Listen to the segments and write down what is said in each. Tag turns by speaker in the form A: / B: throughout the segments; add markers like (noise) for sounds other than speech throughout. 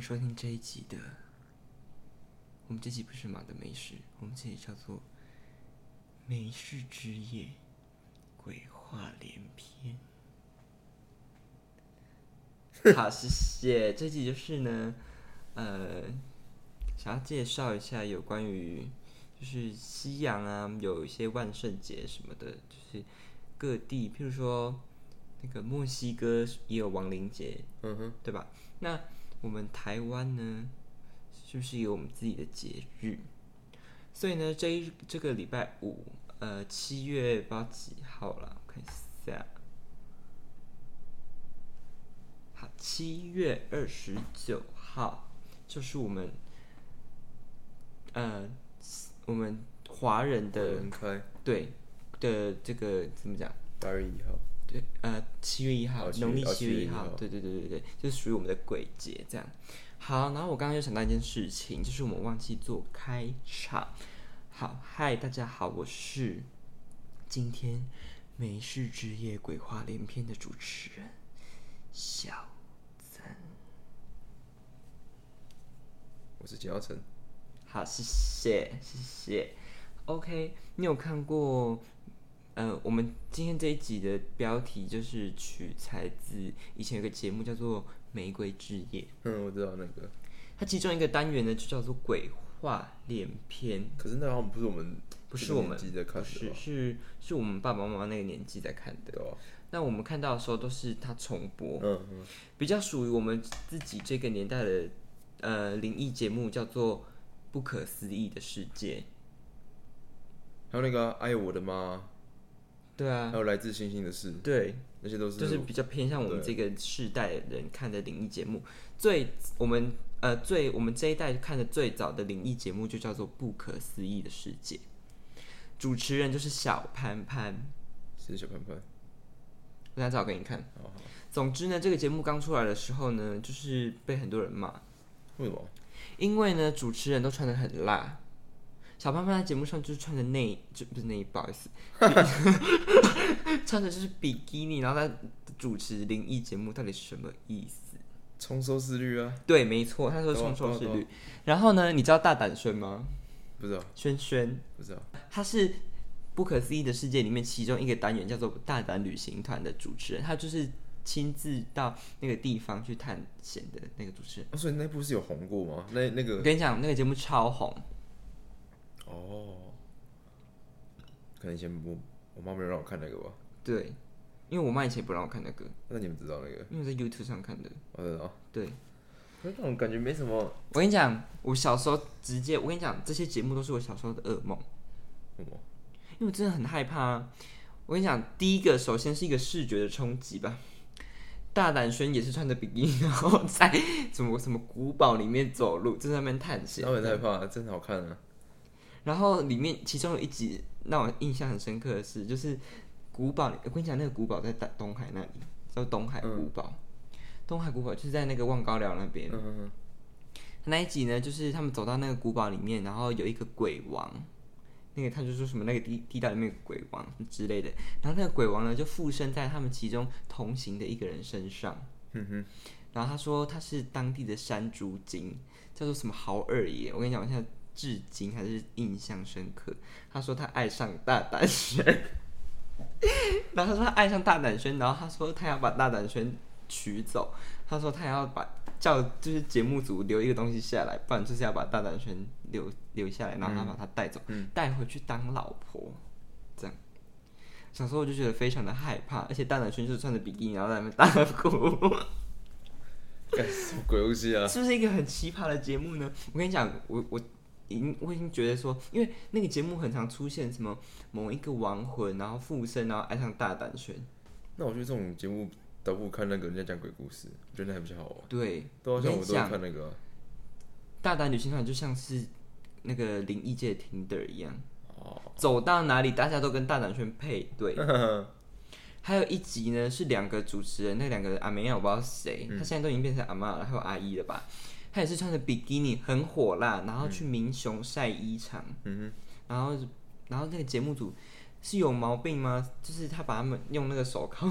A: 收听这一集的。我们这集不是马的美食，我们这集叫做《美食之夜》，鬼话连篇。 (laughs) 好，谢谢。这集就是呢，呃，想要介绍一下有关于就是西洋啊，有一些万圣节什么的，就是各地，譬如说那个墨西哥也有亡灵节，
B: 嗯哼，
A: 对吧？那我们台湾呢，是不是有我们自己的节日？所以呢，这一这个礼拜五，呃，七月不知道几号了，我看一下，好，七月二十九号就是我们，呃，我们华人的
B: 很开，
A: 对的这个怎么讲？
B: 八月一号，
A: 对，呃，七月一号，
B: 哦七月
A: 农历
B: 哦
A: 七月
B: 7月
A: 一
B: 1
A: 号
B: 号，
A: 对对对对对，就是属于我们的鬼节这样。好，然后我刚刚又想到一件事情，就是我们忘记做开场。好，嗨，大家好，我是今天没事之夜鬼话连篇的主持人小
B: 我是简耀成， (laughs)
A: 好，谢谢，谢谢。OK，你有看过？呃，我们今天这一集的标题就是取材自以前有个节目叫做《玫瑰之夜》，
B: 嗯，我知道那个，
A: 它其中一个单元呢就叫做“鬼话连篇
B: 可是那好像不是我们”，
A: 不
B: 这
A: 是
B: 个
A: 我
B: 年
A: 们
B: 纪在看
A: 不
B: 的
A: 是
B: 吧，
A: 是是我们爸爸妈妈那个年纪在看的。
B: 对吧？
A: 那我们看到的时候都是它重播，
B: 嗯嗯，
A: 比较属于我们自己这个年代的呃灵异节目叫做《不可思议的世界》。
B: 还有那个啊爱我的妈，
A: 对啊，
B: 还有来自星星的事，
A: 对，
B: 那些都是
A: 就是比较偏向我们这个世代人看的灵异节目。最我们呃最我们这一代看的最早的灵异节目就叫做《不可思议的世界》，主持人就是小潘潘，
B: 是小潘潘，
A: 我拿找给你看。总之呢，这个节目刚出来的时候呢，就是被很多人骂，
B: 为什么？
A: 因为呢主持人都穿的很辣。小潘潘在节目上就是穿着内，就不是内衣，不好意思，穿着就是比基尼，然后在主持灵异节目，到底什么意思？
B: 冲收视率啊，
A: 对，没错，他说
B: 对啊
A: 冲收视
B: 对啊
A: 率。然后呢，你知道大胆轩吗？
B: 不知道，
A: 轩轩，
B: 不知道，
A: 他是《不可思议的世界》里面其中一个单元叫做“大胆旅行团”的主持人，他就是亲自到那个地方去探险的那个主持人。
B: 哦所以那部是有红过吗？那那
A: 我
B: 个
A: 跟你讲，那个节目超红，
B: 哦，可能以前不，我妈没有让我看那个吧？
A: 对，因为我妈以前不让我看那个，
B: 那你们知道那个？
A: 因为我在 YouTube 上看的。
B: 我知道，
A: 对，
B: 可是那种感觉没什么，
A: 我跟你讲，我小时候直接，我跟你讲，这些节目都是我小时候的噩梦。
B: 什么？
A: 因为我真的很害怕、啊。我跟你讲，第一个首先是一个视觉的冲击吧。大胆轩也是穿着比基尼，然后在什么什么古堡里面走路，在那边探险
B: 那。我很害怕，真的好看啊！
A: 然后里面其中有一集让我印象很深刻的是，就是古堡里，我跟你讲，那个古堡在大东海那里，叫东海古堡。东海古堡就是在那个望高寮那边。
B: 嗯嗯
A: 那一集呢，就是他们走到那个古堡里面，然后有一个鬼王，那个他就说什么那个地地道里面有鬼王之类的，然后那个鬼王呢就附身在他们其中同行的一个人身上，
B: 嗯哼，
A: 然后他说他是当地的山猪精，叫做什么豪二爷，我跟你讲，我现在至今还是印象深刻。他说他爱上大胆轩， (laughs) 然后他说他爱上大胆轩，然后他说他要把大胆轩取走，他说他要把叫就是节目组留一个东西下来，不然就是要把大胆轩留留下来，然后他把他带走，带回去当老婆，这样。小时候我就觉得非常的害怕，而且大胆轩就是穿着比基尼，然后在那边大哭。
B: (laughs) 干什么鬼东西啊？
A: 是不是一个很奇葩的节目呢？我跟你讲，我我已经我已经觉得说，因为那个节目很常出现什么某一个亡魂，然后附身，然后爱上大胆轩。
B: 那我觉得这种节目倒不如看那个人家讲鬼故事，我觉得那还比较好玩。
A: 对，
B: 对啊，像
A: 我跟
B: 我都
A: 你
B: 会
A: 讲
B: 看那个啊、
A: 大胆旅行团就像是那个灵异界的 Tinder 一样，走到哪里大家都跟大胆轩配对。还有一集呢，是两个主持人，那两个阿梅亚我不知道是谁，她现在都已经变成阿妈了，还有阿姨了吧？她也是穿着比基尼，很火辣，然后去民雄晒衣场。嗯然后，然后那个节目组是有毛 (laughs) 病吗？就是他把他们用那个手铐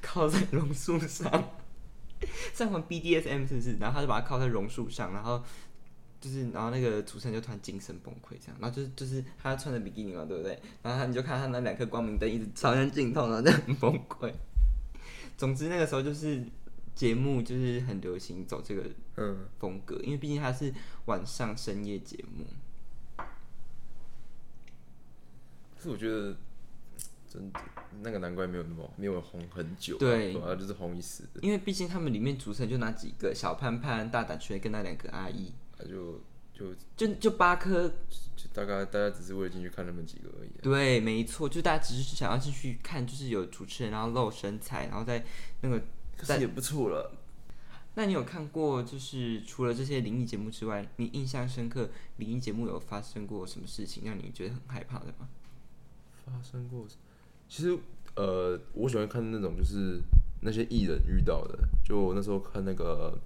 A: 铐在榕树上，在玩 BDSM 是不是？然后他就把它靠在榕树上，然后就是然后那个主持人就突然精神崩溃这样，然后就是就是他穿着比基尼嘛，对不对？然后他你就看他那两颗光明灯一直朝向镜头，然后就很崩溃。总之那个时候就是节目就是很流行走这个
B: (laughs) 嗯，
A: 风格，因为毕竟它是晚上深夜节目。
B: 可是我觉得真的那个难怪没有那么没有红很久啊，
A: 对
B: 啊，就是红一时，
A: 因为毕竟他们里面主持人就那几个小潘潘、大胆吹跟那两个阿姨，
B: 他啊就就
A: 就就八颗，
B: 就大概大家只是为了进去看他们几个而已啊。
A: 对，没错，就大家只是想要进去看，就是有主持人，然后露身材，然后在那个。
B: 可
A: 但
B: 是也不错了，
A: 那你有看过，就是除了这些灵异节目之外，你印象深刻灵异节目有发生过什么事情让你觉得很害怕的吗？
B: 发生过。其实呃，我喜欢看那种就是那些艺人遇到的，就我那时候看那个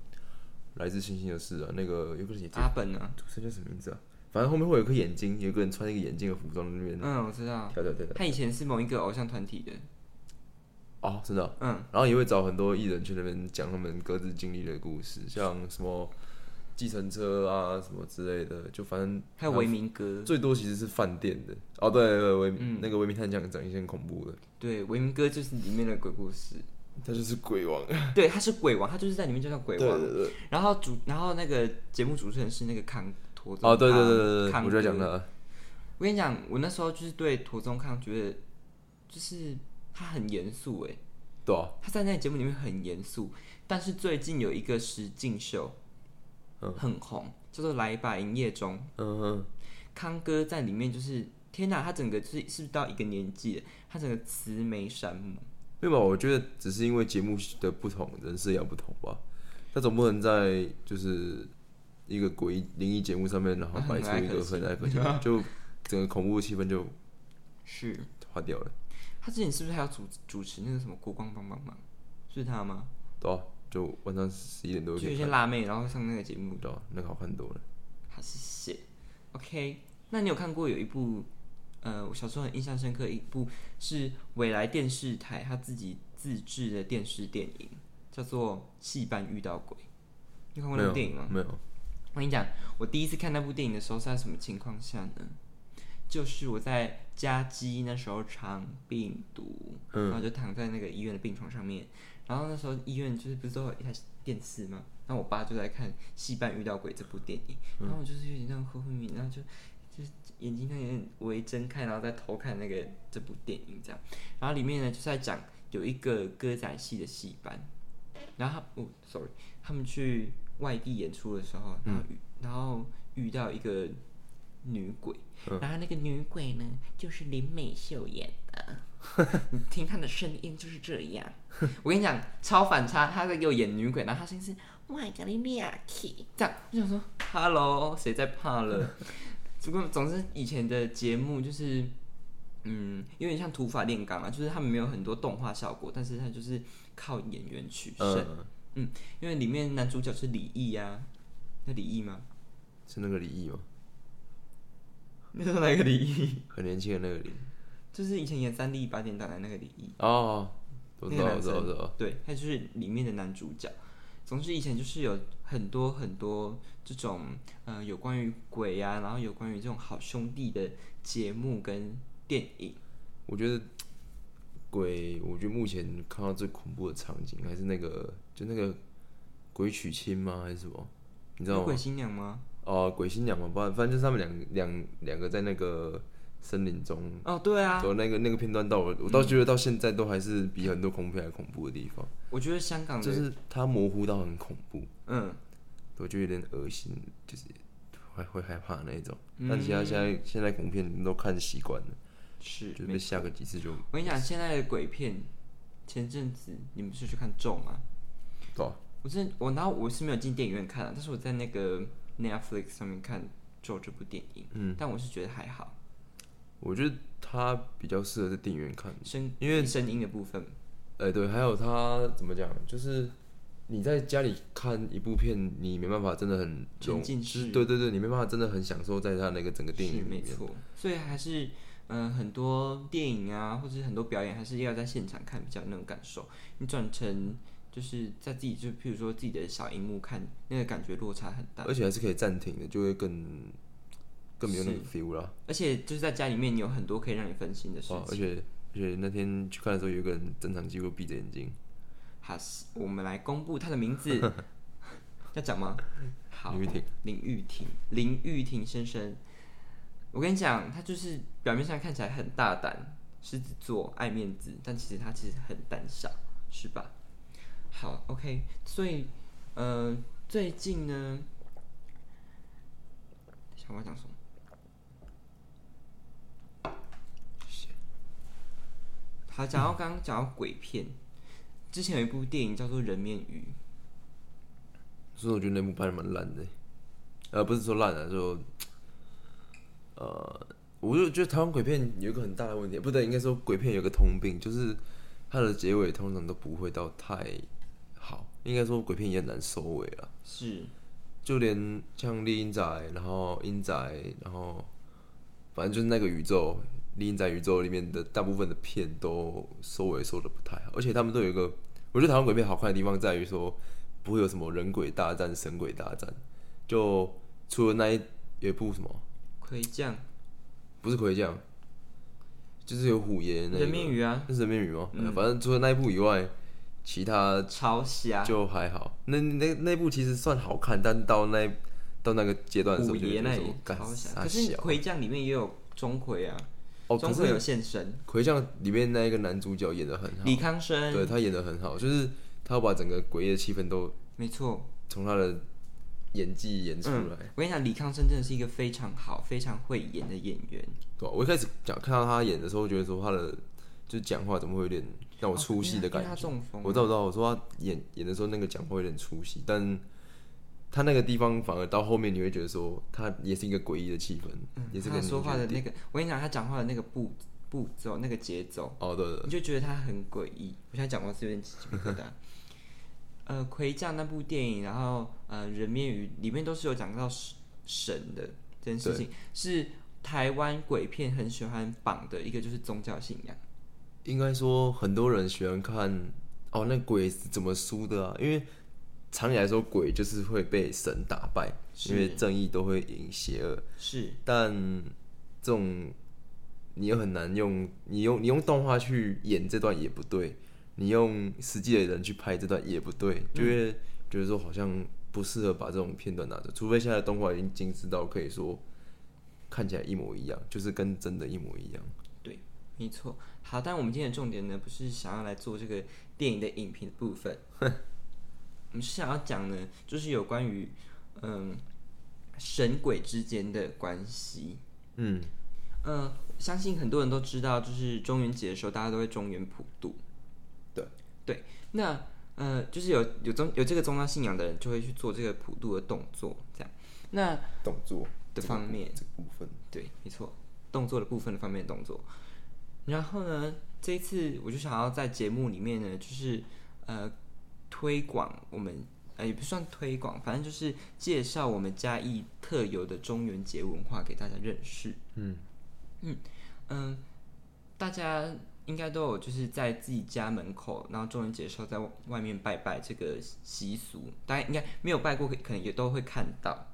B: 《来自星星的事》啊，那个有个姐姐，
A: 阿本呢？
B: 主持人叫什么名字啊？反正后面会有一颗眼睛，有一个人穿一个眼镜的服装在那边
A: 嗯，我知道，
B: 跳跳跳跳。
A: 他以前是某一个偶像团体的。
B: 哦，真的啊、
A: 嗯，
B: 然后也会找很多艺人去那边讲他们各自经历的故事，像什么计程车啊什么之类的，就反正
A: 还有维明哥，
B: 最多其实是饭店的。哦，对对对，维、
A: 嗯
B: 那个维密探长讲一些很恐怖的，
A: 对，维明哥就是里面的鬼故事。 (coughs)
B: 他就是鬼王。
A: 对，他是鬼王，他就是在里面就叫鬼
B: 对
A: 王。
B: 对对。
A: 然后主，然后那个节目主持人是那个康陀宗
B: 哦，对对
A: 康
B: 对对对，
A: 康
B: 我就在
A: 哥
B: 讲他。
A: 我跟你讲，我那时候就是对陀宗康觉得，就是他很严肃诶，
B: 对啊，
A: 他在那个节目里面很严肃。但是最近有一个实境秀，
B: 嗯
A: 很红，叫做《来吧营业中》，
B: 嗯哼，
A: 康哥在里面就是天哪，他整个就是是不是到一个年纪了，他整个慈眉善目。
B: 没有吧？我觉得只是因为节目的不同，人设也要不同吧。他总不能在就是一个诡异灵异节目上面，然后摆出一个很爱
A: (laughs)
B: 可惜，
A: 嗯
B: 就整个恐怖气氛就
A: 是
B: 化掉了，
A: 他之前是不是还要主主持那个什么国光帮帮忙？是他吗？
B: 对啊，就晚上十一点多
A: 就
B: 可
A: 有
B: 以
A: 些
B: 看，
A: 辣妹，然后上那个节目。
B: 对啊，那个好看多了。
A: 好，谢谢。OK，那你有看过有一部，呃，我小时候很印象深刻，一部是未来电视台他自己自制的电视电影，叫做《戏班遇到鬼》。你有看过那部电影吗？
B: 没有，
A: 我跟你讲，我第一次看那部电影的时候是在什么情况下呢？就是我在家鸡那时候肠病毒，
B: 嗯
A: 然后就躺在那个医院的病床上面。然后那时候医院就是不是都有一台电视吗？然后我爸就在看《戏班遇到鬼》这部电影，然后我就是有点那种昏昏迷，然后就就是眼睛看有点微睁开，然后再偷看那个这部电影这样。然后里面呢就是在讲有一个歌仔戏的戏班，然后他哦，sorry，他们去外地演出的时候，然后遇、然后遇到一个女鬼，然后那个女鬼呢就是林美秀演 (laughs) 的，你听她的声音就是这样。我跟你讲，超反差，她在给我演女鬼，然后她声音是哇格里啊利亚奇， (laughs) 这样我想说，Hello，谁在怕了？ (laughs) 不过总之以前的节目就是。嗯，有点像土法炼钢啊，就是他们没有很多动画效果，但是它就是靠演员取胜。
B: 嗯，
A: 因为里面男主角是李毅啊，那李毅吗？ (laughs)
B: 是那个李毅吗？
A: 那是哪个李毅？
B: 很年轻的那个李毅
A: 就是以前演《三立八点档》的那个李毅。
B: 哦，我知
A: 那
B: 道，
A: 个
B: 我
A: 男
B: 知道，
A: 生
B: 我知道。
A: 对，他就是里面的男主角。总之，以前就是有很多很多这种，呃，有关于鬼啊，然后有关于这种好兄弟的节目跟电影。
B: 我觉得鬼，我觉得目前看到最恐怖的场景还是那个，就那个鬼娶亲吗？还是什么？你知道
A: 有
B: 吗？
A: 鬼新娘吗？
B: 哦、鬼新娘嘛，不然反正就是他们两两两个在那个森林中，
A: 哦，对啊，嗯
B: 走那个那个片段到我，我倒觉得到现在都还是比很多恐怖片还恐怖的地方，
A: 我觉得香港的，
B: 就是它模糊到很恐怖，
A: 嗯，
B: 我觉得有点恶心，就是会会害怕那一种。但其
A: 嗯
B: 他现在现在恐怖片都看习惯了，
A: 是
B: 就是被吓个几次就
A: 我跟你讲，现在的鬼片，前阵子你们是去看《咒》吗？
B: 对啊
A: 我真的我然后我是没有进电影院看、啊，但是我在那个 Netflix 上面看《咒》这部电影，嗯，但我是觉得还好，
B: 我觉得它比较适合在电影院看，
A: 声
B: 因为
A: 声音的部分，
B: 呃，对，还有它怎么讲，就是你在家里看一部片，你没办法真的很
A: 沉
B: 融，
A: 浸
B: 就是
A: 式
B: 对对对，你没办法真的很享受在它那个整个电影
A: 是
B: 里
A: 没
B: 面。
A: 错，所以还是嗯、呃很多电影啊，或者是很多表演，还是要在现场看比较有那种感受。你转成就是在自己就譬如说自己的小荧幕看，那个感觉落差很大。
B: 而且还是可以暂停的，就会更更没有那个 feel 啦。
A: 而且就是在家里面，你有很多可以让你分心的事
B: 哇！而
A: 情。
B: 且而且那天去看的时候，有一个人整场几乎闭着眼睛，
A: 好，我们来公布他的名
B: (laughs)
A: 字，要讲吗？好，
B: 林玉婷，
A: 林玉婷，林玉婷先生，我跟你讲，他就是表面上看起来很大胆，狮子座爱面子，但其实他其实很胆小，是吧？好，OK，所以，呃，最近呢，想我要讲什么？好，讲到刚刚讲到鬼片，之前有一部电影叫做《人面鱼》，
B: 所以我觉得那部拍的蛮烂的欸。呃，不是说烂啊，就呃，我就觉得台湾鬼片有一个很大的问题，不对，应该说鬼片有个通病，就是它的结尾通常都不会到太好，应该说鬼片也很难收尾啊。
A: 是
B: 就连像丽英仔，然后英仔，然后反正就是那个宇宙，丽英仔宇宙里面的大部分的片都收尾收的不太好，而且他们都有一个，我觉得台湾鬼片好看的地方在于说不会有什么人鬼大战、神鬼大战，就除了那一有一部什么
A: 葵酱
B: 不是葵将，就是有虎爷那
A: 人面
B: 个，
A: 鱼啊，
B: 那是人面鱼吗？反正除了那一部以外，其他
A: 超虾，
B: 就还好。那那那部其实算好看，但到那到那个阶段的时
A: 虎
B: 候，就
A: 爷
B: 觉得
A: 那
B: 说
A: 里
B: 干
A: 超虾。
B: 啥
A: 可是
B: 小啊
A: 葵酱里面也有钟馗啊，
B: 哦，
A: 钟
B: 可
A: 馗有
B: 是
A: 现身，
B: 葵将里面那一个男主角演的很好，
A: 李康
B: 对
A: 生，
B: 他演的很好，就是他把整个诡异的气氛都
A: 没错。
B: 从他的演技演出
A: 嗯
B: 来。
A: 我跟你讲，李康生真的是一个非常好、非常会演的演员。
B: 对啊、我一开始讲看到他演的时候，觉得说他的就是讲话怎么会有点让我出戏的感
A: 哦因为他
B: 觉。
A: 中风，
B: 我知道，我知道，我说他演演的时候那个讲话有点出戏，但他那个地方反而到后面你会觉得说他也是一个诡异的气氛，也是
A: 嗯他
B: 跟
A: 说话的
B: 你觉得
A: 那个，我跟你讲，他讲话的那个步步骤、那个节奏，
B: 哦对对对
A: 你就觉得他很诡异。我现在讲话是有点奇奇怪怪的啊。呃，《葵酱》那部电影，然后呃，《人面鱼》里面都是有讲到神神的这件事情，是台湾鬼片很喜欢绑的一个就是宗教信仰。
B: 应该说很多人喜欢看哦那鬼是怎么输的啊，因为常理来说鬼就是会被神打败，因为
A: 是
B: 正义都会赢邪恶，
A: 是
B: 但这种你又很难用，你用你用动画去演这段也不对，你用实际的人去拍这段也不对，
A: 嗯
B: 就会觉得说好像不适合把这种片段拿着，除非现在的动画已经精致到可以说看起来一模一样，就是跟真的一模一样。
A: 没错。好，但我们今天的重点呢，不是想要来做这个电影的影评的部分，我们是想要讲呢，就是有关于嗯神鬼之间的关系。
B: 嗯，
A: 嗯，相信很多人都知道，就是中元节的时候，大家都会中元普渡。
B: 对
A: 对，那呃，就是有有宗有这个宗教信仰的人，就会去做这个普渡的动作，这样。那
B: 动作
A: 的方面，
B: 这个部分。
A: 对，没错，动作的部分的方面的动作。然后呢，这一次我就想要在节目里面呢，就是呃推广我们呃也不算推广，反正就是介绍我们嘉义特有的中元节文化给大家认识。嗯嗯嗯，大家应该都有就是在自己家门口，然后中元节的时候在外面拜拜这个习俗，大家应该没有拜过，可可能也都会看到，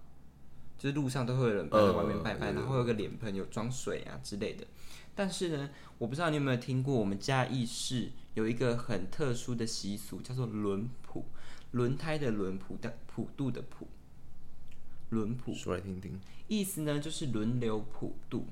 A: 就是路上都会有人在外面拜拜，
B: 呃
A: 然后有个脸盆有装水啊之类的。但是呢，我不知道你有没有听过，我们嘉义市有一个很特殊的习俗，叫做轮普，轮胎的轮普的普渡的普，轮普。
B: 说来听听。
A: 意思呢就是轮流普渡。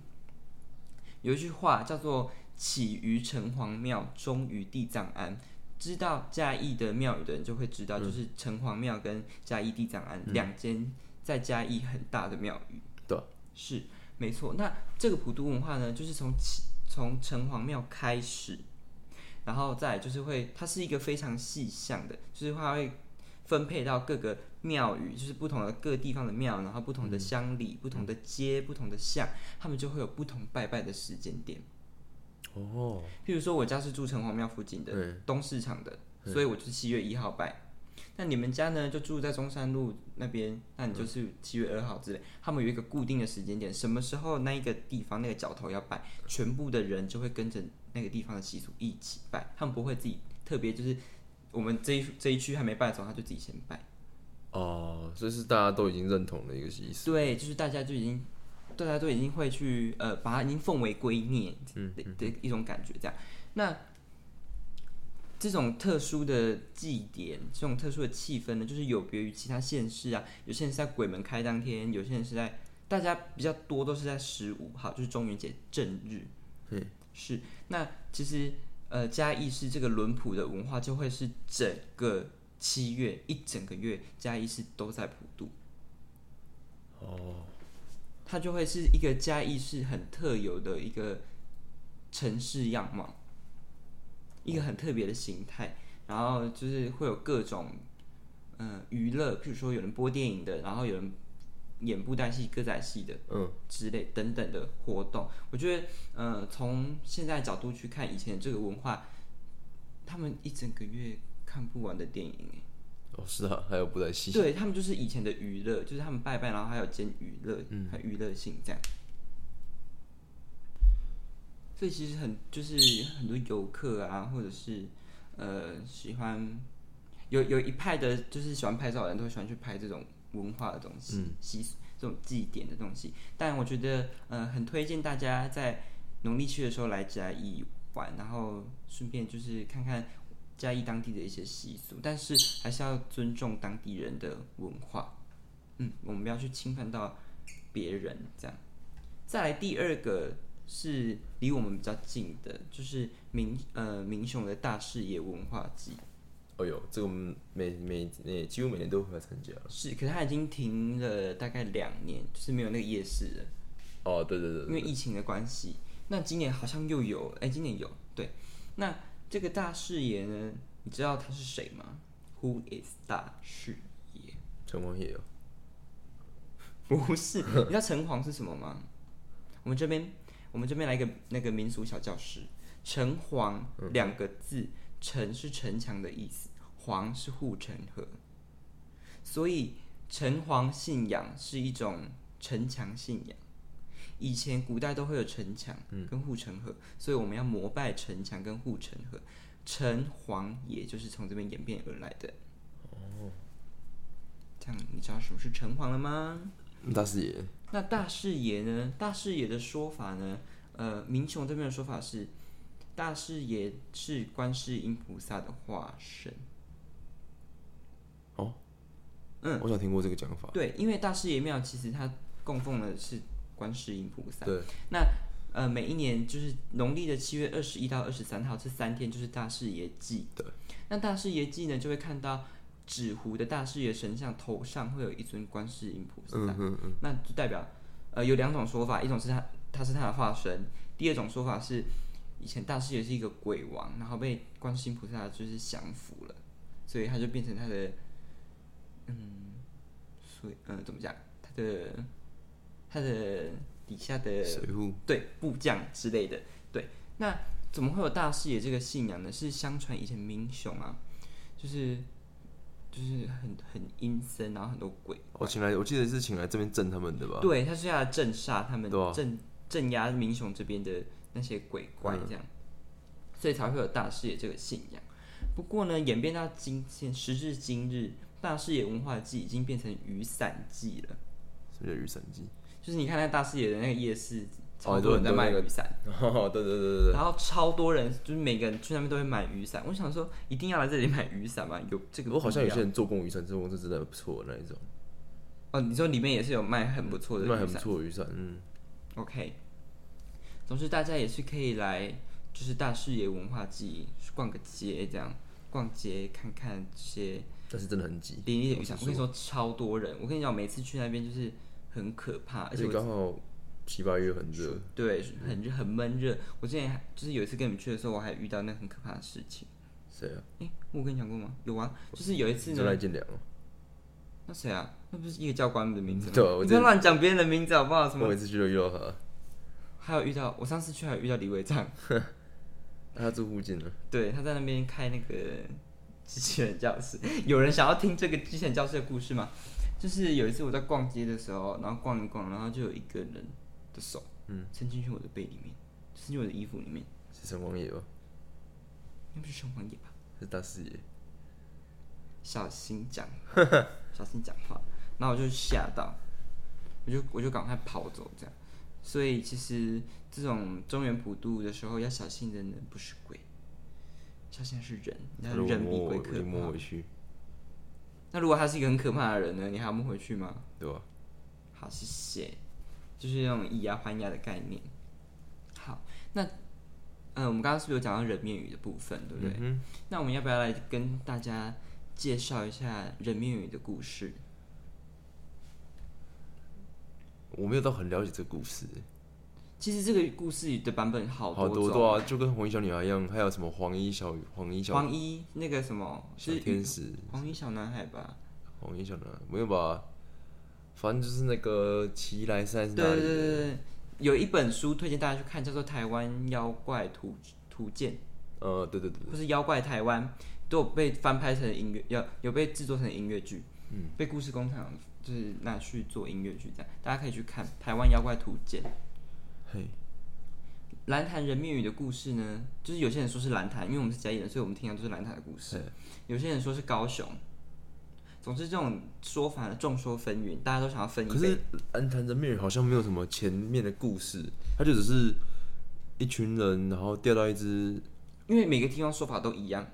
A: 有一句话叫做“起于城隍庙，终于地藏庵”。知道嘉义的庙宇的人就会知道，就是城隍庙跟嘉义地藏庵两间在嘉义很大的庙宇。
B: 对，
A: 是没错。那这个普渡文化呢，就是从起从城隍庙开始，然后再来就是会，它是一个非常细项的，就是它会分配到各个庙宇，就是不同的各地方的庙，然后不同的乡里、不同的街、不同的巷，他们就会有不同拜拜的时间点。
B: 哦，
A: 譬如说，我家是住城隍庙附近的
B: 对
A: 东市场的，所以我就是七月一号拜。那你们家呢，就住在中山路那边，那你就是七月二号之类。他们有一个固定的时间点，什么时候那一个地方那个角头要拜，全部的人就会跟着那个地方的习俗一起拜，他们不会自己特别就是。我我们这一这一区还没拜的时候，他就自己先拜。
B: 哦，这是大家都已经认同的一个意思。
A: 对，就是大家就已经，大家都已经会去呃，把它已经奉为圭臬
B: 嗯
A: 的的一种感觉，这样。那这种特殊的祭典，这种特殊的气氛呢，就是有别于其他县市啊，有些人是在鬼门开当天，有些人是在大家比较多都是在十五号，就是中元节正日。
B: 嗯，
A: 是。那其实呃，嘉义市这个轮普的文化就会是整个七月一整个月，嘉义市都在普渡。
B: 哦，
A: 它就会是一个嘉义市很特有的一个城市样貌，一个很特别的形态。然后就是会有各种嗯娱乐，譬如说有人播电影的，然后有人演布袋戏、歌仔戏的
B: 嗯，
A: 之类等等的活动。我觉得，呃，从现在角度去看以前这个文化，他们一整个月看不完的电影欸
B: 哦是啊，还有布袋戏，
A: 对他们就是以前的娱乐，就是他们拜拜，然后还有兼娱乐，还有娱乐性这样。所以其实很就是很多游客啊，或者是呃喜欢有有一派的，就是喜欢拍照的人都会喜欢去拍这种文化的东西，习俗这种祭典的东西。但我觉得呃很推荐大家在农历七月的时候来嘉义玩，然后顺便就是看看嘉义当地的一些习俗，但是还是要尊重当地人的文化。嗯，我们不要去侵犯到别人，这样。再来第二个是离我们比较近的，就是民呃民雄的大视野文化祭，
B: 哦哟，这个我们每每每几乎每年都会来参加。
A: 是，可是它已经停了大概两年，就是没有那个夜市了。
B: 哦，对对对
A: 因为疫情的关系，那今年好像又有，哎、今年有，对。那这个大视野呢，你知道他是谁吗？Who is 大视野？
B: 城隍爷哦，
A: (laughs) 不是，你知道城隍是什么吗？我们这边，我们这边来一个那个民俗小教师，城隍两个字，城是城墙的意思，隍是护城河，所以城隍信仰是一种城墙信仰。以前古代都会有城墙跟护城河，所以我们要膜拜城墙跟护城河。城隍也就是从这边演变而来的。这样你知道什么是城隍了吗？
B: 大师爷，
A: 那大视野呢？大视野的说法呢？呃，民雄这边的说法是，大视野是观世音菩萨的化身。
B: 哦，
A: 嗯，
B: 我想听过这个讲法。
A: 对，因为大视野庙其实它供奉的是观世音菩萨。
B: 对，
A: 那呃，每一年就是农历的七月二十一到二十三号这三天就是大视野祭。
B: 对，
A: 那大视野祭呢，就会看到纸糊的大视野神像头上会有一尊观世音菩萨。
B: 嗯嗯嗯，
A: 那就代表，呃，有两种说法，一种是他他是他的化身，第二种说法是以前大师也是一个鬼王，然后被观世音菩萨就是降服了，所以他就变成他的，嗯，所以呃怎么讲，他的他的底下的
B: 水户
A: 对部将之类的。对，那怎么会有大视野这个信仰呢？是相传以前民雄啊，就是就是很很阴森，然后很多鬼
B: 我哦请来，我记得是请来这边镇他们的吧？
A: 对，他是要镇煞他们
B: 对啊
A: 镇镇压民雄这边的那些鬼怪
B: 嗯
A: 这样，所以才会有大视野这个信仰。不过呢，演变到今天，时至今日，大视野文化祭已经变成雨伞祭了。
B: 什么叫雨伞祭？
A: 就是你看那大视野的那个夜市，超
B: 很
A: 多
B: 多
A: 人在
B: 很多
A: 卖
B: 那个
A: 雨伞，
B: 哦，对对对对对，
A: 然后超多人，就是每个人去那边都会买雨伞。我想说，一定要来这里买雨伞吗？有这个必要？
B: 我好像有些人做过雨伞，做工是真的不错的那一种，
A: 哦，你说里面也是有卖很不错的雨
B: 那
A: 伞，
B: 还不错的雨伞，嗯，
A: OK，总之大家也是可以来，就是大视野文化季去逛个街，这样逛街看看这些
B: 但是真的很挤，
A: 林立的雨伞。
B: 老
A: 我
B: 实
A: 跟你说，超多人。我跟你讲，我每次去那边就是很可怕，啊而
B: 而
A: 且
B: 且
A: 我
B: 刚好七八月很热，
A: 对很热很闷热。我之前还就是有一次跟你们去的时候，我还遇到那很可怕的事情。
B: 谁啊？
A: 诶，我有跟你讲过吗？有啊，就是有一次
B: 你
A: 呢
B: 说，赖建良哦，
A: 那谁啊？那不是一个教官的名字吗？
B: 对啊我
A: 你
B: 之
A: 不要
B: 前
A: 乱讲别人的名字好不啊好？什
B: 我
A: 么？
B: 每次去都遇到他，
A: 还有遇到我上次去还有遇到李伟章。
B: 他住附近的，
A: 对，他在那边开那个机器人教室。 (laughs) 有人想要听这个机器人教室的故事吗？就是有一次我在逛街的时候，然后逛一逛，然后就有一个人的手，嗯，伸进去我的背里面，伸进我的衣服里面，
B: 是城隍爷吧？
A: 那不是城隍爷吧？
B: 是大师爷，
A: 小心讲， (laughs) 小心讲话。然后我就吓到，我就我就赶快跑走这样。所以其实这种中原普渡的时候要小心的呢，不是鬼，小心的是人，
B: 他
A: 但
B: 如果
A: 人比
B: 摸
A: 鬼
B: 我，我
A: 可
B: 就摸
A: 怕。
B: 回去，
A: 那如果他是一个很可怕的人呢，你还要摸回去吗？
B: 对吧？
A: 好，谢谢，就是那种以牙还牙的概念。好，那嗯，我们刚刚是不是有讲到人面鱼的部分，对不对？
B: 嗯
A: 那我们要不要来跟大家介绍一下人面鱼的故事？
B: 哼，我没有到很了解这个故事，
A: 其实这个故事的版本好
B: 好
A: 多
B: 多
A: 种，
B: 对啊，就跟红衣小女孩一样，还有什么黄衣小黄衣小
A: 黄衣那个什么
B: 小
A: 是
B: 天使，
A: 黄衣小男孩吧？
B: 黄衣小男孩没有吧？反正就是那个奇来山是
A: 对
B: 哪
A: 对
B: 里
A: 对
B: 的？
A: 对对，有一本书推荐大家去看，叫做《台湾妖怪图图鉴》。
B: 呃，对对对，
A: 或是妖怪台湾，都有被翻拍成音乐，有有被制作成音乐剧，嗯，被故事工厂就是拿去做音乐剧这样，大家可以去看《台湾妖怪图鉴》。
B: 嘿，
A: 蓝潭人面鱼的故事呢，就是有些人说是蓝潭，因为我们是嘉义人，所以我们听到都是蓝潭的故事
B: 是。
A: 有些人说是高雄，总之这种说法呢众说纷纭，大家都想要分一
B: 可
A: 杯
B: 是安谈人面好像没有什么前面的故事，他就只是一群人，然后钓到一只
A: 因为每个地方说法都一样，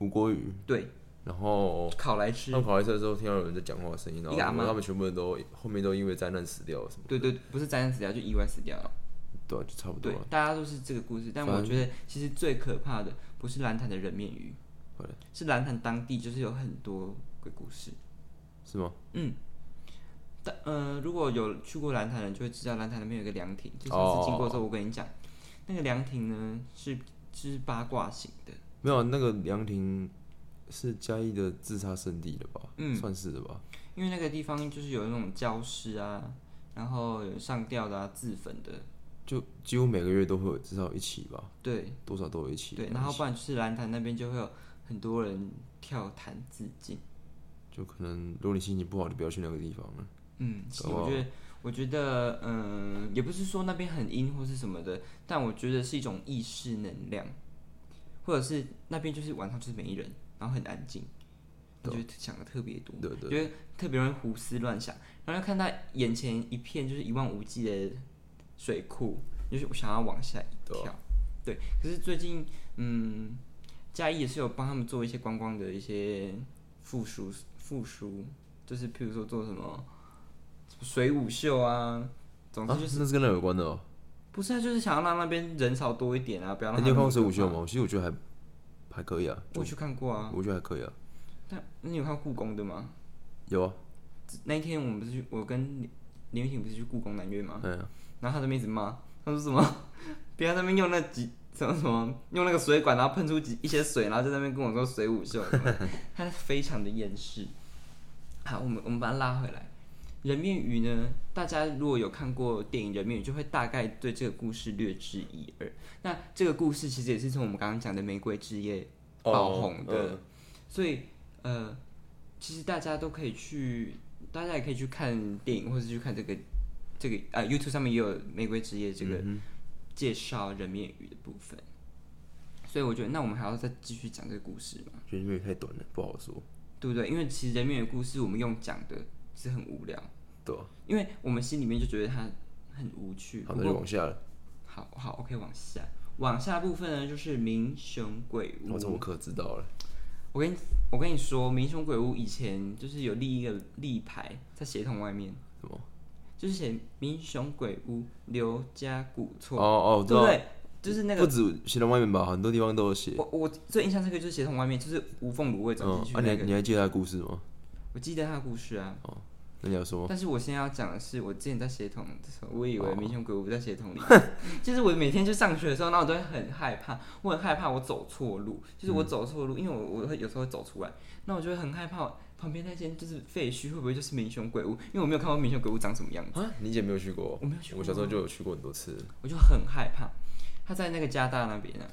B: 吴锅鱼，
A: 对，
B: 然后
A: 烤来
B: 他
A: 吃，
B: 们跑来车的时候听到有人在讲话的声音，然
A: 一个阿
B: 后
A: 嬷
B: 他们全部人都后面都因为灾难死掉了什么，
A: 对对，不是灾难死掉就意外死掉了。
B: 对啊，就差不多
A: 对
B: 啊。，
A: 大家都是这个故事，但
B: 反
A: 我
B: 正
A: 觉得其实最可怕的不是蓝潭的人面鱼
B: 对，
A: 是蓝潭当地就是有很多鬼故事。
B: 是吗？
A: 但呃，如果有去过蓝潭的人就会知道，蓝潭那边有一个凉亭，就上
B: 哦
A: 次经过的时候我跟你讲，那个凉亭呢是是八卦型的，
B: 没有啊，那个凉亭是嘉义的自杀圣地了吧？
A: 嗯
B: 算是的吧。
A: 因为那个地方就是有那种礁尸啊，然后有上吊的啊、自焚的，
B: 就几乎每个月都会有至少一起吧，
A: 对
B: 多少都有一起。
A: 对，然后不然就是蓝潭那边就会有很多人跳潭自尽。
B: 就可能如果你心情不好，就不要去那个地方了。
A: 嗯，是
B: 搞不
A: 我
B: 好
A: 觉得，我觉得，嗯，也不是说那边很阴或是什么的，但我觉得是一种意识能量，或者是那边就是晚上就是没人，然后很安静，我觉
B: 对
A: 得想的特别多，
B: 对对
A: 觉得特别容易胡思乱想，然后又看到眼前一片就是一望无际的水库，就是我想要往下一
B: 对啊
A: 跳，对，可是最近，嗯，嘉义也是有帮他们做一些观光的一些复苏复苏，就是譬如说做什么什么水舞秀啊，总之
B: 啊，那是跟那有关的哦。
A: 不是啊，就是想要让那边人潮多一点啊，不要让。
B: 那哎你有看过水舞秀？吗？其实我觉得还还可以啊，
A: 我有去看过啊，
B: 我觉得还可以啊。
A: 但那你有看故宫的吗？
B: 有啊，
A: 那一天我们不是去，我跟林林雨婷不是去故宫南院吗？
B: 哎呀，
A: 然后他这边一直骂，他说什么 (laughs) 不要在那边用那几什么什么用那个水管，然后喷出几一些水，然后在那边跟我说水舞秀什么的，他非常的厌世。好，我们我们把他拉回来。人面鱼呢？大家如果有看过电影《人面鱼》，就会大概对这个故事略知一二。那这个故事其实也是从我们刚刚讲的《玫瑰之夜》爆红的，
B: 嗯
A: 所以呃，其实大家都可以去，大家也可以去看电影，或者去看这个这个啊、y o u t u b e 上面也有《玫瑰之夜》这个
B: 嗯
A: 介绍人面鱼的部分。所以我觉得，那我们还要再继续讲这个故事嘛，
B: 觉得因为太短了，不好说。
A: 对不对？因为其实人面鱼的故事我们用讲的是很无聊，
B: 对啊，
A: 因为我们心里面就觉得它很无趣。
B: 好，
A: 不
B: 那
A: 过
B: 就往下了。
A: 好好，OK，往下，往下部分呢就是民雄鬼屋。
B: 我这我可知道了。
A: 我跟你我跟你说，民雄鬼屋以前就是有立一个立牌在协同外面，
B: 什么？
A: 就是写民雄鬼屋刘家古厝，
B: 哦哦，我知
A: 对不
B: 道。
A: 对？就是那
B: 不
A: 个
B: 止写到外面吧，很多地方都有写。
A: 我我最印象深刻就是协同外面，就是无缝芦苇走
B: 嗯
A: 进，去
B: 啊，你
A: 那
B: 还
A: 个。
B: 你还记得他的故事吗？
A: 我记得他的故事啊，
B: 那你要说吗？
A: 但是我现在要讲的是，我之前在协同的时候，我以为
B: 哦
A: 民雄鬼屋在协同里，
B: (laughs)
A: 就是我每天去上学的时候，那我都会很害怕，我很害怕我走错路，就是
B: 嗯
A: 我走错路，因为我我会有时候会走出来，那我就会很害怕旁边那间就是废墟会不会就是民雄鬼屋，因为我没有看过民雄鬼屋长什么样子，
B: 啊，你姐没有去过？
A: 我没有去过
B: 我小时候就有去过很多次。
A: 我就很害怕。他在那个加大那边啊，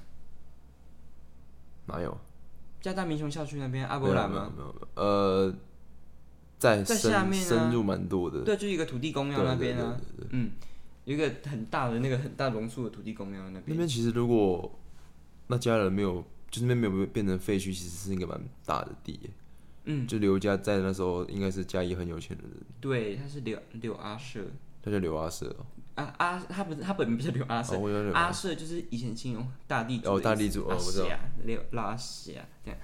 B: 哪有？
A: 加大民雄校区那边阿
B: 没
A: 波
B: 有
A: 拉
B: 没有
A: 吗？
B: 没有没有。呃，在
A: 在
B: 深
A: 下面啊
B: 深入蛮多的。
A: 对，就是一个土地公庙那边啊
B: 对，
A: 嗯，有一个很大的那个很大榕树的土地公庙那
B: 那
A: 边，
B: 边其实如果那家人没有，就那边没有变成废墟，其实是一个蛮大的地耶。嗯，就刘家在那时候应该是嘉义很有钱的人，
A: 对，他是刘刘阿舍
B: 他叫刘阿舍哦，
A: 啊阿，他不是他本名不是刘阿舍
B: 哦，，我叫刘
A: 阿舍就是以前形容大地主的意
B: 哦
A: 思
B: 大地主哦
A: 阿
B: 我知道
A: 舍啊，刘拉舍啊，这样。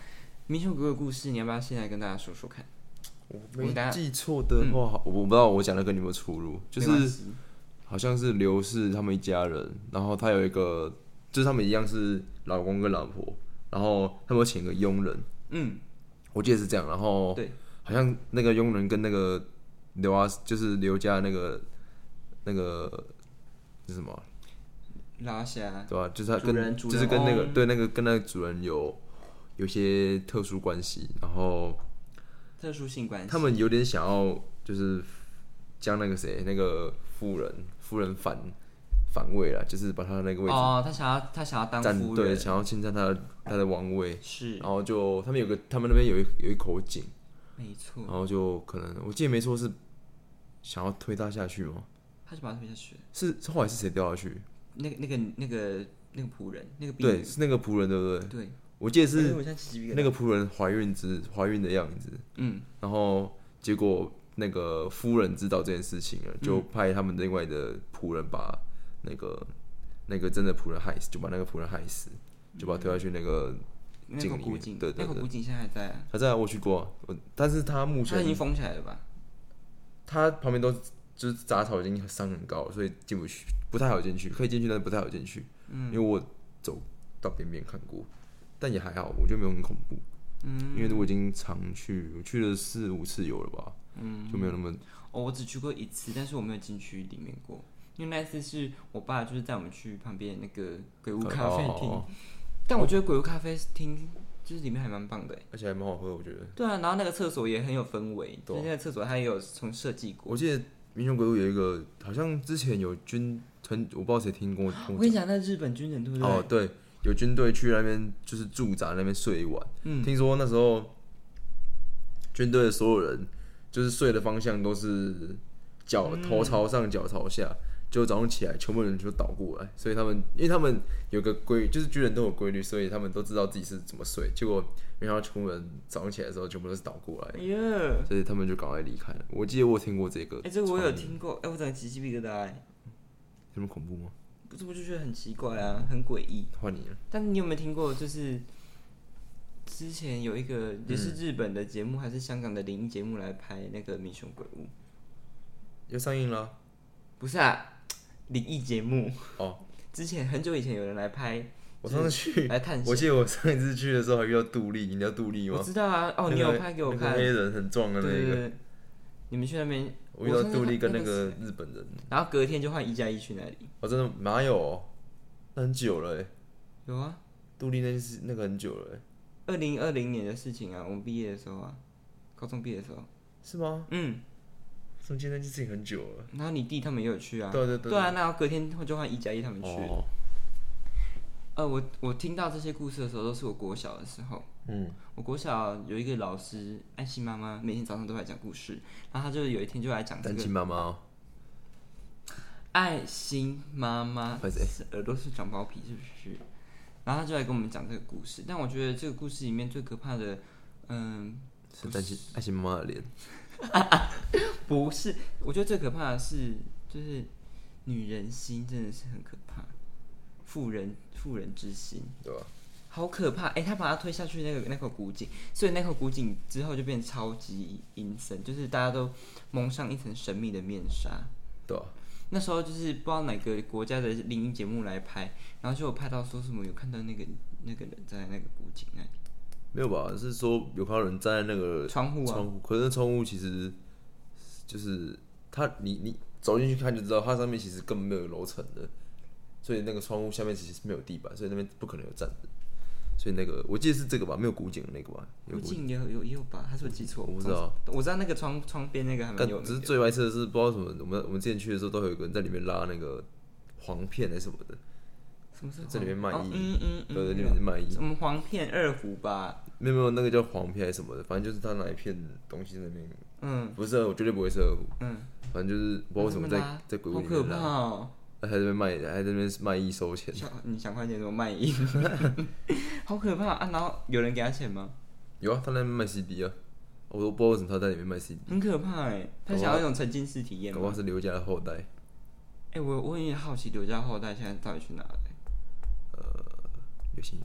A: 民雄哥哥的故事，你要不要现在跟大家说说看？
B: 我
A: 我们等下
B: 没记错的话，我我不知道我讲的跟你们出入，就
A: 没关
B: 是
A: 系
B: 好像是刘氏他们一家人，然后他有一个，就是他们一样是老公跟老婆，然后他们有请一个佣人，
A: 嗯，
B: 我记得是这样，然后
A: 对，
B: 好像那个佣人跟那个刘阿就是刘家的那个那个是什么啊，
A: 拉啊虾，
B: 对吧、就是他
A: 主人
B: 跟
A: 主
B: 就
A: 人哦
B: 是跟那个
A: 翁
B: 对那个跟那个主人有有一些特殊关系，然后
A: 特殊性关系。
B: 他们有点想要就是将那个谁那个夫人夫人反反位了，就是把他那个位置
A: 哦，他想要他想要当
B: 占、
A: 夫
B: 对，
A: 人，
B: 想要侵占他的哦他的王位，
A: 是
B: 然后就他们有个他们那边有一有一口井，
A: 没错
B: 然，后就可能我记得没错是想要推他下去吗？
A: 他就把他推下去了。
B: 是是后来是谁掉下去？
A: 那个那个那个那个仆人，那个婢
B: 对，
A: 女，
B: 是那个仆人对不对？
A: 对，
B: 我记得
A: 哎
B: 是
A: 我现在起鸡皮疙瘩
B: 那个仆人怀孕之怀孕的样子，
A: 嗯，
B: 然后结果那个夫人知道这件事情了，就派他们另外的仆人把那个那个真的仆人害死，就把那个仆人害死，就把他推下去那个。
A: 那
B: 井
A: 个
B: 里
A: 古
B: 面
A: 井，
B: 对对
A: 那个
B: 对
A: 古井现在还在啊，
B: 他嗯在我去过啊，我但是他目
A: 他已经
B: 前
A: 封起来了吧？
B: 他旁边都就是杂草已经伤很高了，所以进不去，不太好进去，可以进去，但是不太好进去。嗯，因为我走到边边看过，但也还好，我觉得没有很恐怖。嗯，因为我已经常去，我去了四五次有了吧，嗯，就没有那么
A: 哦，我只去过一次，但是我没有进去里面过，因为那次是我爸就是带我们去旁边那个鬼屋咖啡厅，
B: 哦
A: 但我觉得鬼屋咖啡厅就是里面还蛮棒的欸。
B: 而且还蛮好喝，我觉得。
A: 对啊，然后那个厕所也很有氛围，就
B: 对啊
A: 是那个厕所它也有重设计过。
B: 我记得《民雄鬼屋》有一个，好像之前有军很，我不知道谁听过。跟
A: 我
B: 我
A: 跟你讲，那日本军人对不对？
B: 哦，对，有军队去那边就是驻扎那边睡一晚。
A: 嗯，
B: 听说那时候军队的所有人就是睡的方向都是脚头朝上，脚朝下。就早上起来，全部人就倒过来，所以他们，因为他们有个规，就是军人都有规律，所以他们都知道自己是怎么睡。结果没想到全部人早上起来的时候，全部都是倒过来
A: 哎，呀，
B: 所以他们就赶快离开了。我记得我有听过这个，
A: 哎，这个我有听过，哎，我整个起鸡皮疙瘩哎，
B: 有那么恐怖吗？
A: 不是我就觉得很奇怪啊，很诡异。
B: 换你了，啊
A: 但是你有没有听过，就是之前有一个也
B: 嗯
A: 是日本的节目，还是香港的灵异节目来拍那个《民雄鬼屋》？
B: 要上映了
A: 不是啊，灵异节目
B: 哦！
A: 之前很久以前有人来拍
B: 我上次去，
A: 来探
B: 我
A: 险，
B: 记得我上一次去的时候还遇到杜丽，你知道杜丽
A: 我
B: 吗？
A: 知道啊，哦，
B: 那
A: 你
B: 个
A: 有拍给我
B: 那
A: 看，
B: 个黑人很壮的
A: 对
B: 那
A: 对
B: 个，
A: 对，你们去那边，
B: 我遇到
A: 上次
B: 杜丽
A: 看
B: 跟那
A: 是
B: 个日本人，
A: 然后隔天就换一加一去那里。
B: 哦，真的哪有哦？那很久了欸，
A: 有啊，
B: 杜丽那是那个很久了欸，
A: 二零二零年的事情啊，我们毕业的时候啊，高中毕业的时候，
B: 是吗？
A: 嗯，
B: 中间那件事情很久了，
A: 然后你弟他们也有去啊，
B: 对对
A: 对啊，那隔天就换一加一他们去。
B: 哦，
A: 呃，我我听到这些故事的时候，都是我国小的时候。
B: 嗯，
A: 我国小有一个老师，安心妈妈，每天早上都来讲故事，然后她就有一天就来讲这
B: 单
A: 个
B: 亲妈妈哦，
A: 爱心妈妈
B: 不好意思
A: 是耳朵是长包皮是不是？然后他就来跟我们讲这个故事，但我觉得这个故事里面最可怕的，嗯，
B: 是单亲爱心妈妈的脸，
A: 不是，我觉得最可怕的是，就是女人心真的是很可怕，妇人妇人之心
B: 对吧？
A: 好可怕！哎、他把他推下去那个那口古井，所以那口古井之后就变超级阴森，就是大家都蒙上一层神秘的面纱。
B: 对啊吧？
A: 那时候就是不知道哪个国家的灵异节目来拍，然后就有拍到说什么有看到那个那个人在那个古井那里
B: 没有吧？是说有看到人站在那个
A: 窗户啊，
B: 窗户，可是窗户其实就是它，你你走进去看就知道，它上面其实根本没有楼层的，所以那个窗户下面其实是没有地板，所以那边不可能有站着。所以那个我记得是这个吧，没有古井的那个吧，有
A: 古
B: 古井。
A: 井也有有也有吧？还是我记错？
B: 我不知道，
A: 我知道那个窗窗边那个还蛮
B: 但
A: 啊有名
B: 只是
A: 的，
B: 最白痴的是，不知道为什么，我们我们之前去的时候都会有一个人在里面拉那个黄片还是什么的，
A: 什么时候
B: 在里面卖
A: 哦
B: 艺
A: 嗯嗯嗯，
B: 对，在里
A: 有
B: 面卖艺，
A: 什么黄片二胡吧？
B: 没有没有那个叫黄片还是什么的，反正就是他拿一片东西在那边，
A: 嗯
B: 不是二胡，绝对不会是二胡，
A: 嗯，
B: 反正就是不知道为什么在
A: 他们拉
B: 在鬼屋
A: 好
B: 里
A: 可
B: 面
A: 怕
B: 拉，
A: 哦！
B: 还在那边卖，还在那边卖艺收钱。
A: 小你想块钱怎么卖 (laughs) 艺？好可怕啊！然后有人给他钱吗？
B: 有啊，他在那边卖 CD 啊，我都不知道为什么他在里面卖 CD，
A: 很可怕哎、他想要那种沉浸式体验
B: 搞
A: 吗
B: 不好是刘家的后代。
A: 哎、我我有点好奇刘家后代现在到底去哪了、
B: 流星雨，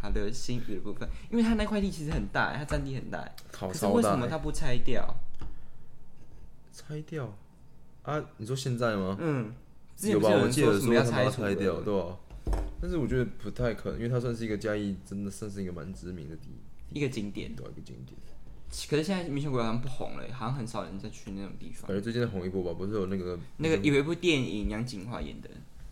A: 好的，新语的部分，因为他那块地其实很大、它占地很大、欸
B: 好
A: 可是
B: 超
A: 为
B: 大欸
A: 什么他不拆掉？
B: 拆掉啊？你说现在吗？
A: 嗯，之前
B: 有
A: 不
B: 吧？
A: 是有
B: 我
A: 人
B: 记得
A: 什么要
B: 他把它
A: 除
B: 拆掉，
A: 了
B: 对吧、但是我觉得不太可能，因为它算是一个嘉义，真的算是一个蛮知名的地，
A: 一个景点，
B: 对吧一个景点。
A: 可是现在民雄鬼好像不红了，欸好像很少人再去那种地方
B: 感。觉最近在红一波吧？不是有那个
A: 那个有一部电影杨景华演的，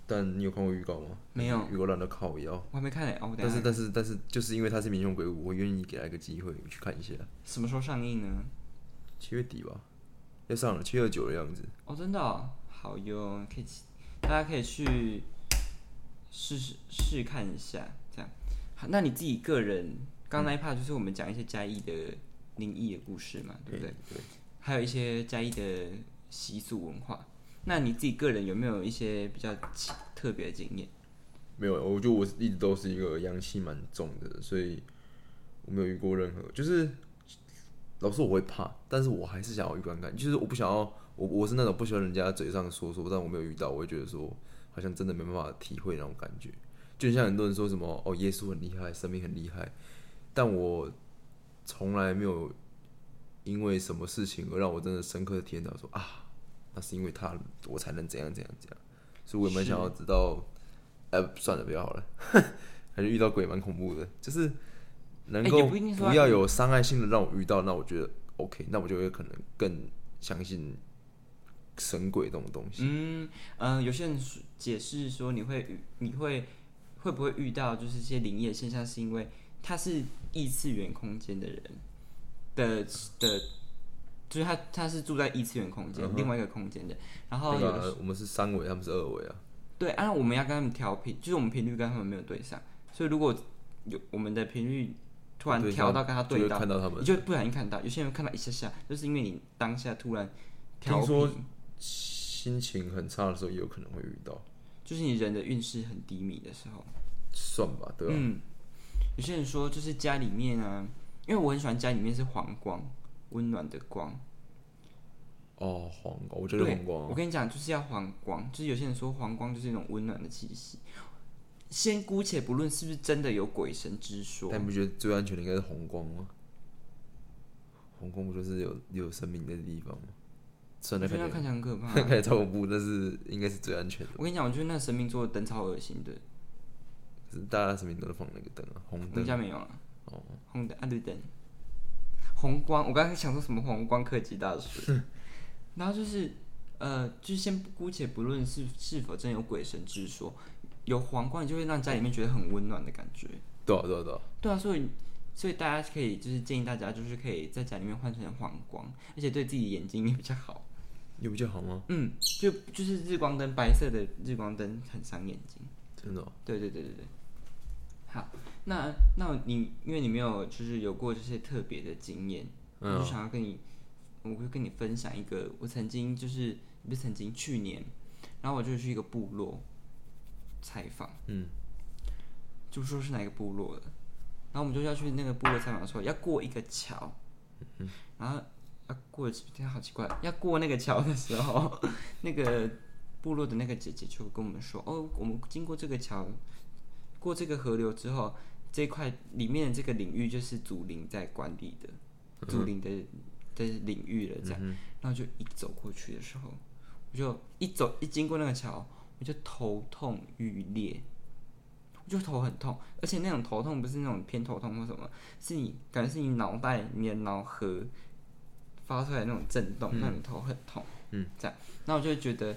B: 但你有看过预告吗？
A: 没有
B: 预告烂到靠腰。
A: 我还没看呢、哦，我等
B: 但
A: 一下
B: 是但是但是，就是因为它是民雄鬼屋，我愿意给他一个机会去看一下。
A: 什么时候上映呢？
B: 七月底吧，要上了，七月九的样子。
A: 哦，真的哦、好哟，可以去，大家可以去试试试看一下，这样。好，那你自己个人，刚刚那一 part 就是我们讲一些嘉义的灵异的故事嘛，啊对不对？
B: 对，
A: 还有一些嘉义的习俗文化。那你自己个人有没有一些比较奇特别的经验？
B: 没有，我觉得我一直都是一个阳气蛮重的人，所以我没有遇过任何，就是老实说我会怕，但是我还是想要遇看看，就是我不想要，我我是那种不喜欢人家嘴上说哦说，但我没有遇到，我会觉得说好像真的没办法体会那种感觉，就像很多人说什么哦耶稣很厉害，神明很厉害，但我从来没有因为什么事情而让我真的深刻的体验到说啊，那是因为他我才能怎样怎样怎样，所以我也蛮想要知道。呃，算了，不要好了，感觉遇到鬼蛮恐怖的，就是能
A: 哎
B: 够
A: 也不一定说
B: 不要有伤害性的让我遇到，那我觉得 OK，那我就会可能更相信神鬼这种东西。
A: 嗯嗯、呃有些人说解释说你会遇你会会不会遇到就是一些灵异的现象，是因为他是异次元空间的人的的，就是他他是住在异次元空间、
B: 嗯哼
A: 另外一个空间的，然后
B: 那
A: 有
B: 个
A: 的
B: 啊、我们是三维，他们是二维啊。
A: 对，按、啊、我们要跟他们调频，就是我们频率跟他们没有对上，所以如果有我们的频率突然
B: 对
A: 调到
B: 他
A: 跟他
B: 就
A: 对
B: 会
A: 到，
B: 看到他们
A: 你就不小心看到，有些人看到一下下，就是因为你当下突然调
B: 听说
A: 频，
B: 心情很差的时候也有可能会遇到，
A: 就是你人的运势很低迷的时候。
B: 算吧，对吧、
A: 嗯，有些人说就是家里面啊，因为我很喜欢家里面是黄光，温暖的光。
B: 哦，黄瓜，我觉
A: 对，
B: 得黄瓜啊
A: 我跟你讲，就是要黄光，就是有些人说黄光就是一种温暖的气息。先姑且不论是不是真的有鬼神之说，
B: 但你不觉得最安全的应该是红光吗？红光不就是有有生命的地方吗？虽
A: 我
B: 然
A: 觉
B: 那
A: 得那
B: 看
A: 看起来很
B: (laughs)
A: 可怕啊
B: 起来。看起来超恐怖，但是应该是最安全的。
A: 我跟你讲，我觉得那神明做的灯超恶心的，
B: 可是大家神明都在放那个灯啊，红
A: 我们
B: 灯。
A: 家没有了。
B: 哦，
A: 红灯啊，绿灯，红光。我刚才想说什么红光科技大
B: (laughs)
A: 师，然后就是呃，就先姑且不论是是否真有鬼神之说，有黄光你就会让家里面觉得很温暖的感觉。
B: 对啊，对啊，对啊。
A: 对啊，所以所以大家可以就是建议大家就是可以在家里面换成黄光，而且对自己眼睛也比较好。
B: 有比较好吗？
A: 嗯，就就是日光灯，白色的日光灯很伤眼睛。
B: 真的哦、
A: 对对对对对。好，那那你因为你没有就是有过这些特别的经验，
B: 嗯
A: 我就想要跟你，我会跟你分享一个我曾经就是不是曾经去年，然后我就去一个部落采访，
B: 嗯，
A: 就不说是哪一个部落的，然后我们就要去那个部落采访的时候要过一个桥，然后要过天啊好奇怪，要过那个桥的时候， (laughs) 那个部落的那个姐姐就跟我们说，哦，我们经过这个桥，过这个河流之后，这块里面的这个领域就是祖灵在管理的，祖灵的的领域
B: 嗯
A: 了，这样，然后就一走过去的时候，我就一走一经过那个桥，我就头痛欲裂。我就头很痛，而且那种头痛不是那种偏头痛或什么，是你感觉是你脑袋、你的脑核发出来那种震动，让你头很痛。嗯，这样，那我就会觉得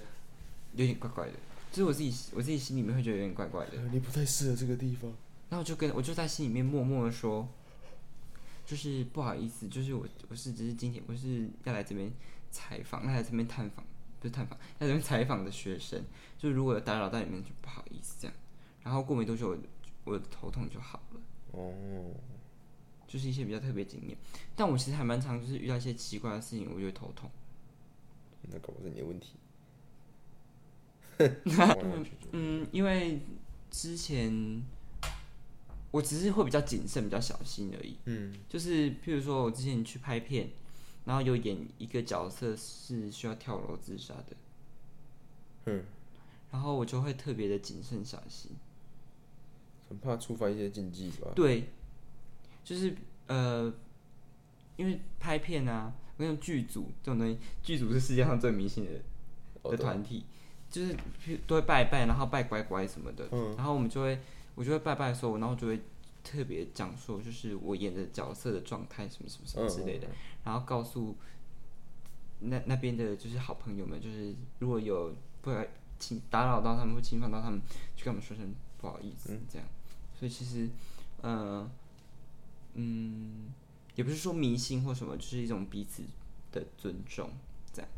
A: 有点怪怪的，就是我自己我自己心里面会觉得有点怪怪的。
B: 你不太适合这个地方。
A: 然后我就跟我就在心里面默默的说，就是不好意思，就是我我是只是今天我是要来这边采访，要来这边探访，不是探访，要来这边采访的学生，就如果有打扰到你们，就不好意思这样。然后过没多久，我我的头痛就好了，
B: 哦，
A: 就是一些比较特别经验。但我其实还蛮常就是遇到一些奇怪的事情，我就会头痛。
B: 那搞不好是你的问题。
A: 嗯，因为之前我只是会比较谨慎，比较小心而已。
B: 嗯，
A: 就是譬如说我之前去拍片，然后有演一个角色是需要跳楼自杀的，
B: 嗯，
A: 然后我就会特别的谨慎小心。
B: 很怕触犯一些禁忌吧？
A: 对，就是呃，因为拍片啊，我跟你讲剧组这种东西，剧组是世界上最迷信的
B: 哦
A: 的
B: 对
A: 团体，就是譬如都会拜拜，然后拜乖乖什么的，
B: 嗯
A: 然后我们就会，我就会拜拜的时候，然后我就会特别讲说，就是我演的角色的状态什么什么
B: 嗯
A: 什么之
B: 哦
A: 类的，然后告诉那那边的就是好朋友们，就是如果有不小侵打扰到他们或侵犯到他们，就跟我们说声不好意思，这样。所以其实，呃，嗯，也不是说迷信或什么，就是一种彼此的尊重，这样。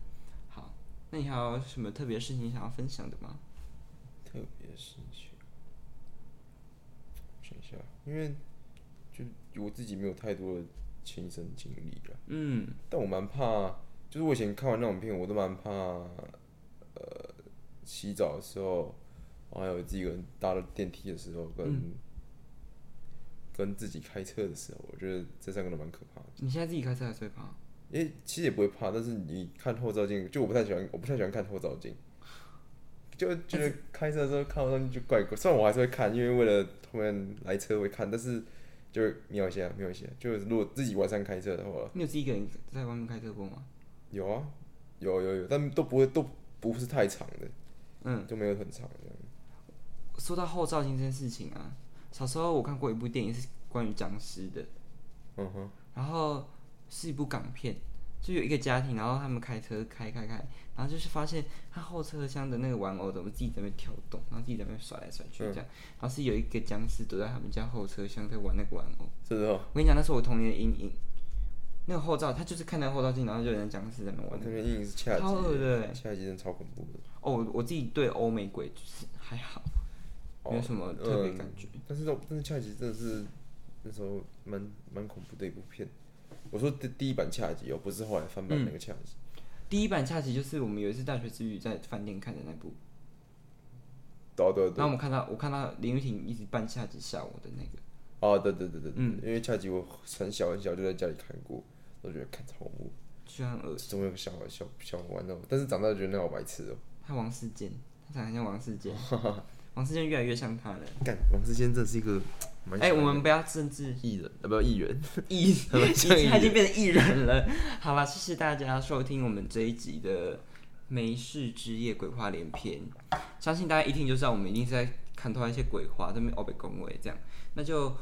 A: 好，那你还有什么特别的事情想要分享的吗？
B: 特别事情，我想一下，因为就我自己没有太多的亲身经历了，
A: 嗯，
B: 但我蛮怕，就是我以前看完那种片，我都蛮怕，呃，洗澡的时候，然后还有自己一个人搭了电梯的时候，跟、跟自己开车的时候，我觉得这三个都蛮可怕的。
A: 你现在自己开车还是会怕？
B: 因为其实也不会怕，但是你看后照镜，就我不太喜欢，我不太喜欢看后照镜，就觉得开车的时候看后照镜就怪怪。虽然我还是会看，因为为了后面来车会看，但是就瞄一下，瞄一下。啊就是如果自己晚上开车的话，
A: 你有自己一个人在外面开车过吗？
B: 有啊，有有有，但都不会，都不是太长的，
A: 嗯，
B: 都没有很长这样。
A: 说到后照镜这件事情啊，小时候我看过一部电影是关于僵尸的，
B: 嗯哼，
A: 然后是一部港片，就有一个家庭，然后他们开车开开开，然后就是发现他后车厢的那个玩偶怎么自己在那边跳动，然后自己在那边甩来甩去这样，然后是有一个僵尸躲在他们家后车厢在玩那个玩偶。
B: 这时候
A: 我跟你讲，那是我童年的阴影。那个后照，他就是看那个后照镜，然后就有人僵尸在那边
B: 我
A: 玩那
B: 这
A: 个。
B: 边硬是恰
A: 超恶的
B: 吉，
A: 欸
B: 恰吉真的超恐怖的。
A: 哦，我我自己对欧美鬼就是还好，没有什么特别感觉。
B: 哦嗯但是这种但是恰吉真的是那时候蛮蛮恐怖的一部片。我说第第一版恰吉哦，不是后来翻版那个恰吉。
A: 嗯第一版恰奇就是我们有一次大学之旅在饭店看的那部，
B: 对啊对啊
A: 然后我
B: 对啊。
A: 们看到我看到林玉婷一直扮恰吉吓我的那个。
B: 哦，对对对对对，
A: 嗯
B: 因为恰吉我很小很小就在家里看过，我觉得看超恐怖，
A: 居然恶
B: 怎么有个小孩小小孩玩那种？但是长大就觉得那好白痴哦、
A: 他王世坚，他长得很像王世
B: (laughs)
A: 坚，王世坚越来越像他了。
B: 干，王志先真的是一个蛮
A: 哎、
B: 喜欢
A: 我们
B: 的
A: 不要政治
B: 艺人，啊，不要艺人， (laughs)
A: 艺，
B: 他们像艺
A: (laughs)
B: 人
A: 他已经变成艺人了。好了，谢谢大家收听我们这一集的《没事之夜鬼话连篇》，相信大家一听就知道我们一定是在看透一些鬼话，这边欧北恭维这样。那就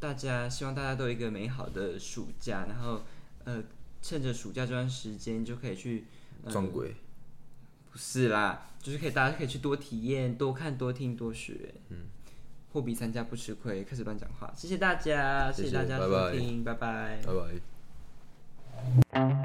A: 大家希望大家都有一个美好的暑假，然后呃，趁着暑假这段时间就可以去呃
B: 撞鬼。
A: 不是啦，就是可以大家可以去多体验、多看、多听、多学。嗯，货比三家不吃亏，开始乱讲话。谢谢大家，
B: 谢谢
A: 谢大家
B: 拜拜
A: 收听，拜拜
B: 拜拜。
C: Thank you.